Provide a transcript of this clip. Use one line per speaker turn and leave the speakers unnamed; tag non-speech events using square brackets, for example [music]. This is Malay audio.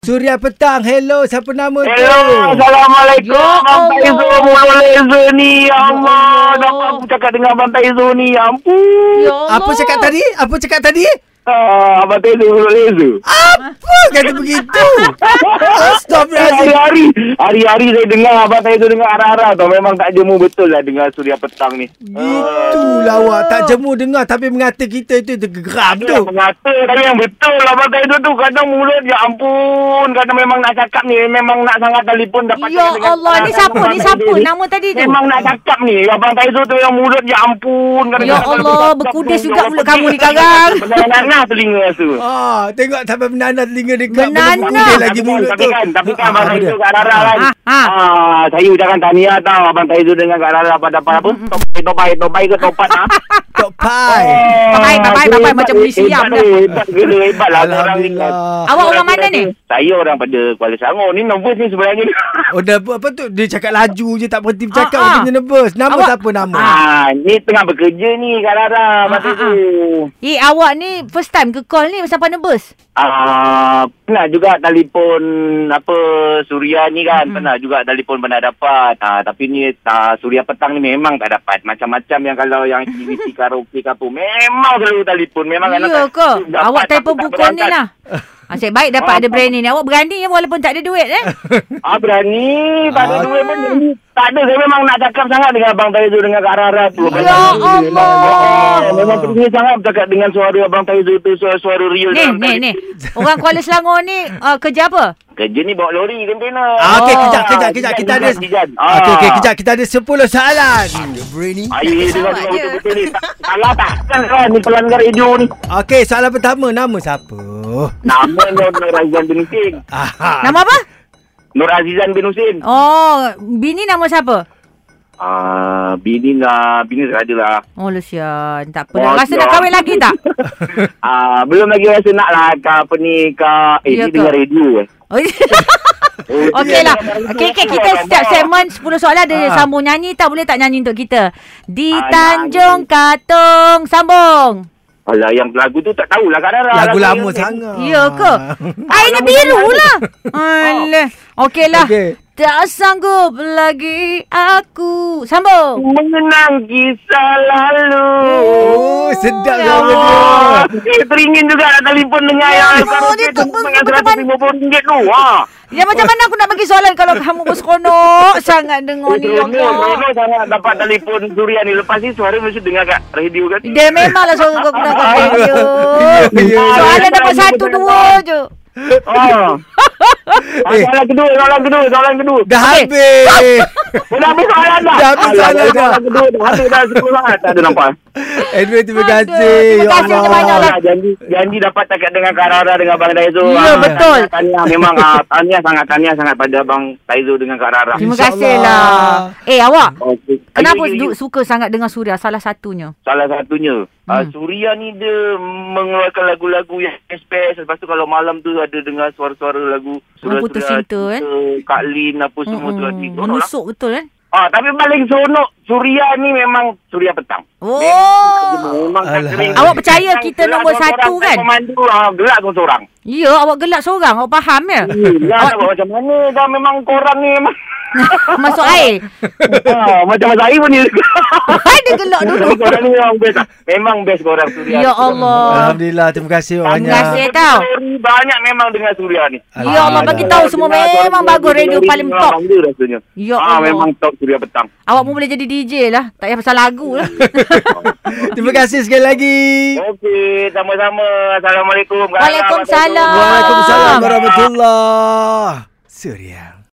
Suria petang. Hello, siapa nama tu?
Hello, Assalamualaikum Abang Taizo Mula laser ni Ya Allah Dapat aku cakap dengan Abang Taizo ni Ya ampun
Ya Allah.
Apa cakap tadi? Apa cakap tadi?
ah, Abang Taizo mula laser
Apa kata [laughs] begitu? Astagfirullahaladzim.
Hari-hari Hari-hari saya dengar Abang Taizo dengan arah-arah tau Memang tak jemu betul lah Dengar Suria Petang ni
Itulah awak tak jemu dengar tapi mengata kita itu tergeram
Dia
tu.
mengata Tapi yang betul lah Abang Taizo tu Kadang mulut Ya ampun Kadang memang nak cakap ni Memang nak sangat telefon dapat
Ya
cakap dengan-
Allah, ni
dengan
siapa?
Abang
Ni
Taizo
siapa? Nama tadi tu?
Memang nak cakap ni Abang Taizo tu yang mulut Ya ampun
Ya Allah, berkudis juga mulut kamu ni Oh, sekarang.
Benar-benar telinga tu
Ah, tengok sampai menana telinga dekat
Menana.
berputih lagi mulut
tapi
tu.
kan, tapi kan
Ah,
Abang
apa
Taizo
dia?
kat Rara kan.
ya. Ah, ah.
Ah, saya ucapkan tahniah tau Abang Taizo dengan Kak Rara pada apa apa? Topai, topai, topai ke topat ah.
[laughs]
Tok Pai.
Topai, topai, topai macam
Hebat,
bunyi siam
Hebat,
dah.
hebat, gila, hebat lah orang ni kan.
Alhamdulillah.
Awak orang mana ni?
Saya orang pada Kuala Selangor ni nervous ni sebenarnya
[laughs]
ni.
Oh dah apa, apa tu dia cakap laju je tak berhenti bercakap
Ah, ah.
ah, ah. nervous. Nama
Awak-
siapa nama?
Ah, ni tengah bekerja ni Kak Rara
ah,
masa
ah.
tu.
Eh, awak ni first time ke call ni pasal nervous?
Ah, pernah juga telefon apa Suria ni kan, pernah juga telefon pernah dapat. Ah, tapi ni ah, Suria petang ni memang tak dapat. Macam-macam yang kalau yang aktiviti [laughs] karaoke ke apa, memang selalu telefon. Memang kadang
Ya
tak-
ke?
dapat
Awak
tapi
telefon
tak
buku ni
berangkat.
lah. Asyik baik dapat
Ah,
ada brand ni. Awak berani ya walaupun tak ada duit eh?
Ah, berani. Tak ada
Ah.
duit pun berani. Tak ada. Saya memang nak cakap sangat dengan Abang Taizu dengan Kak Rara tu.
Ya
Memang-
Allah.
memang- Memang teringin sangat bercakap dengan suara Abang Taizu tu. Suara-suara real.
Ni,
dalam
ni,
tadi.
ni. Orang Kuala Selangor ni uh, kerja apa?
Kerja ni bawa lori container.
[laughs] Ah, okey,
Oh.
kejap, kejap, kejap. Kita ada... Ah. Okey, okey, kejap. Kita ada 10 soalan. Berani.
Ayo, ayo, dengar dengar
Sama je.
betul-betul ni. Tak- Salah takkan kan ni pelanggar radio ni.
Okey, soalan pertama. Nama siapa?
Nama Nur Nur Azizan bin Husin.
Aha.
Nama
[laughs]
apa?
Nur Azizan bin Husin.
Oh, bini nama siapa?
Ah, bini lah, bini tak ada lah.
Oh, Lucian. Tak apa. dah.
Oh,
Rasa nak
ya.
kahwin lagi tak?
[laughs] Ah, belum lagi rasa nak lah ke apa ni ke eh
Ya
ni
ke?
dengar radio eh.
[laughs]
Oh,
Okey lah.
dengar radio.
Okey, okay, kita setiap segmen 10 soalan ada
Ah.
sambung nyanyi tak boleh tak nyanyi untuk kita. Di
Ah,
Tanjung Katong sambung.
Alah yang lagu tu tak tahulah Kak Dara.
Lagu lama
yang-
sangat.
Ya
Ah.
ke? Airnya
Lama
biru
sangat.
lah. [laughs] Alah. Okey lah.
Okey.
Tak sanggup lagi aku. Sambung.
Mengenang kisah lalu.
Oh, sedap
Ya
suara dia.
Oh, saya teringin juga nak telefon dengan
Ya,
yang
Allah, dia tu pun-
dengan
pun depan-
RM150 tu. Ha.
Ya macam mana aku nak bagi soalan kalau kamu berseronok sangat dengar ni. ya Allah.
Rono sangat dapat telefon Suria ni. Lepas ni suara mesti dengar kat radio kan.
Dia memanglah suara kau kena kat radio.
Ya, ya.
Soalan dapat satu dua je. [laughs]
Oh.
Eh.
Ah, Soalan kedua, soalan kedua, soalan kedua.
Dah
Okey. [laughs]
habis.
Oh, Dah habis soalan dah.
Dah habis
Alah,
soalan dah.
Soalan kedua dah habis dah sepuluh soalan. Tak ada nampak.
Anyway, terima
Aduh,
kasih.
terima
Ya
kasih
Allah.
banyak lah.
Alah, janji janji dapat cakap dengan Karara dengan Bang Taizo.
Ya,
Ah,
betul.
Tahniah memang ah, tahniah sangat tahniah sangat pada Bang Taizo dengan Karara.
Terima
InsyaAllah.
kasih lah. Eh awak.
Okey.
Kenapa
Ayo, ayo,
du-
ayo.
suka sangat dengan Suria salah satunya?
Salah satunya. Hmm. Uh,
Hmm.
Suria ni dia mengeluarkan lagu-lagu yang SPS. Lepas tu kalau malam tu ada dengar suara-suara lagu.
Orang putus cinta, eh?
Kak Lin apa semua tu lagi.
Mm-mm.
Seronok lah.
Menusuk betul kan?
Ah, tapi paling sonok Suria ni memang Suria petang.
Oh.
Ah, Memang tak
Alah.
kering.
Awak
percaya
Petang
kita
gelak
nombor
seorang,
satu
saya
kan?
Pemandu ah, gelak kau seorang.
Ya, awak gelak seorang. Awak faham [laughs] ya?
Yelah,
Awak-
awak macam mana dah memang korang ni memang.
Masuk air.
ah, macam Mas Air pun ni.
Ada gelak dulu.
Tapi korang ni memang best. lah. Memang best korang Suria.
Ya Allah.
Alhamdulillah, terima kasih
Banyak.
banyak.
kasih tau.
Banyak memang dengar Suria ni.
Ya Allah, bagi tahu semua memang bagus radio paling top.
Bangga rasanya.
Ya
Ah,
Allah.
memang top Suria petang.
Awak pun boleh jadi DJ lah. Tak payah pasal lagu lah.
Terima kasih sekali lagi.
Okey, sama-sama. Assalamualaikum. Kak Ara.
Waalaikumsalam. Ah.
Waalaikumsalam.
Waalaikumsalam warahmatullahi Surya.